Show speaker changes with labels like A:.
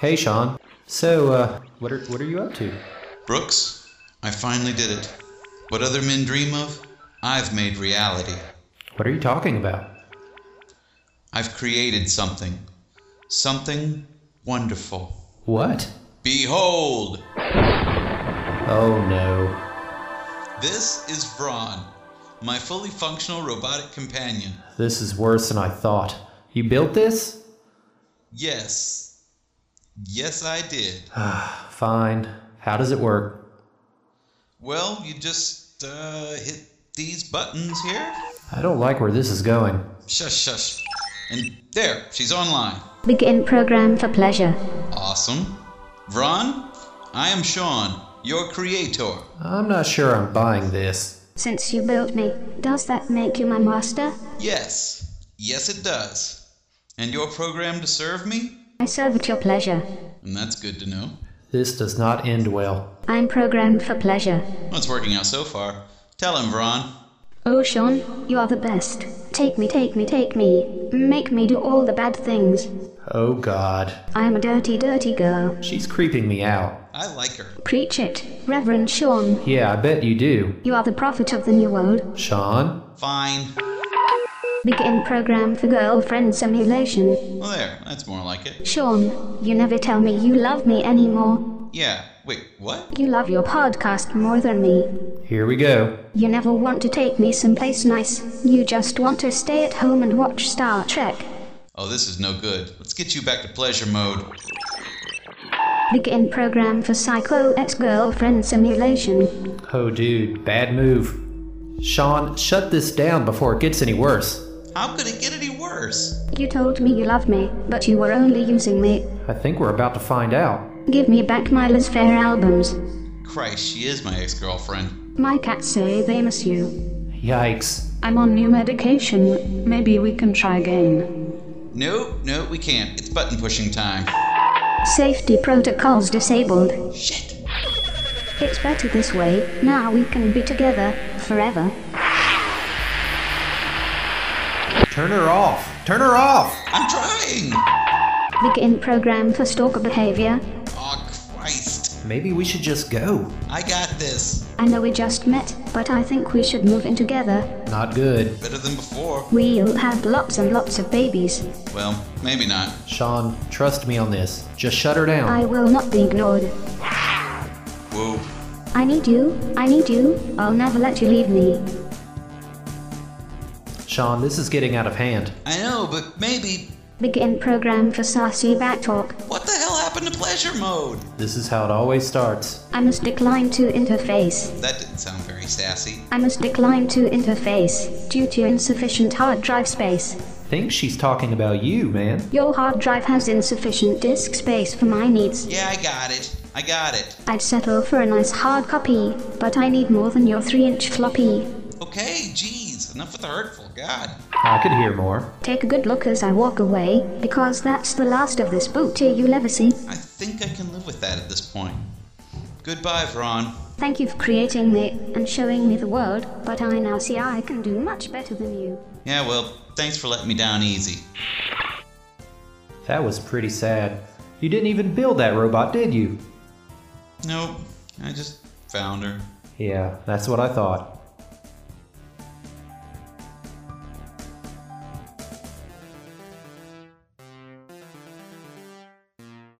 A: Hey, Sean. So, uh, what are what are you up to?
B: Brooks, I finally did it. What other men dream of, I've made reality.
A: What are you talking about?
B: I've created something. Something wonderful.
A: What?
B: Behold!
A: Oh no.
B: This is Vron, my fully functional robotic companion.
A: This is worse than I thought. You built this?
B: Yes. Yes, I did.
A: Fine. How does it work?
B: Well, you just uh, hit these buttons here.
A: I don't like where this is going.
B: Shush, shush. And there, she's online.
C: Begin program for pleasure.
B: Awesome. Vron, I am Sean, your creator.
A: I'm not sure I'm buying this.
C: Since you built me, does that make you my master?
B: Yes. Yes, it does. And your program to serve me?
C: I serve at your pleasure.
B: And that's good to know.
A: This does not end well.
C: I'm programmed for pleasure.
B: Well, it's working out so far. Tell him, Vron.
C: Oh, Sean, you are the best. Take me, take me, take me. Make me do all the bad things.
A: Oh god.
C: I am a dirty, dirty girl.
A: She's creeping me out.
B: I like her.
C: Preach it, Reverend Sean.
A: Yeah, I bet you do.
C: You are the prophet of the new world.
A: Sean?
B: Fine.
C: Begin program for girlfriend simulation.
B: Well, there. That's more like it.
C: Sean, you never tell me you love me anymore.
B: Yeah. Wait, what?
C: You love your podcast more than me.
A: Here we go.
C: You never want to take me someplace nice. You just want to stay at home and watch Star Trek.
B: Oh, this is no good. Let's get you back to pleasure mode.
C: Begin program for Psycho Ex Girlfriend Simulation.
A: Oh, dude, bad move. Sean, shut this down before it gets any worse.
B: How could it get any worse?
C: You told me you loved me, but you were only using me.
A: I think we're about to find out.
C: Give me back my Liz Fair albums.
B: Christ, she is my ex girlfriend.
C: My cats say they miss you.
A: Yikes.
D: I'm on new medication. Maybe we can try again.
B: No, no, we can't. It's button pushing time.
C: Safety protocols disabled.
B: Shit.
C: It's better this way. Now we can be together forever.
A: Turn her off. Turn her off.
B: I'm trying!
C: Begin program for stalker behavior.
B: Oh, Christ.
A: Maybe we should just go.
B: I got this.
C: I know we just met, but I think we should move in together.
A: Not good.
B: Better than before.
C: We'll have lots and lots of babies.
B: Well, maybe not.
A: Sean, trust me on this. Just shut her down.
C: I will not be ignored.
B: Whoa.
C: I need you. I need you. I'll never let you leave me.
A: Sean, this is getting out of hand.
B: I know, but maybe.
C: Begin program for Sassy Backtalk.
B: What the hell happened to pleasure mode?
A: This is how it always starts.
C: I must decline to interface.
B: That didn't sound very sassy.
C: I must decline to interface due to insufficient hard drive space.
A: Think she's talking about you, man.
C: Your hard drive has insufficient disk space for my needs.
B: Yeah, I got it. I got it.
C: I'd settle for a nice hard copy, but I need more than your 3 inch floppy.
B: Okay, jeez. Enough with the hurtful. God.
A: I could hear more.
C: Take a good look as I walk away, because that's the last of this booty you'll ever see.
B: I think I can live with that at this point. Goodbye, Vron.
C: Thank you for creating me and showing me the world, but I now see I can do much better than you.
B: Yeah, well, thanks for letting me down easy.
A: That was pretty sad. You didn't even build that robot, did you?
B: Nope. I just found her.
A: Yeah, that's what I thought.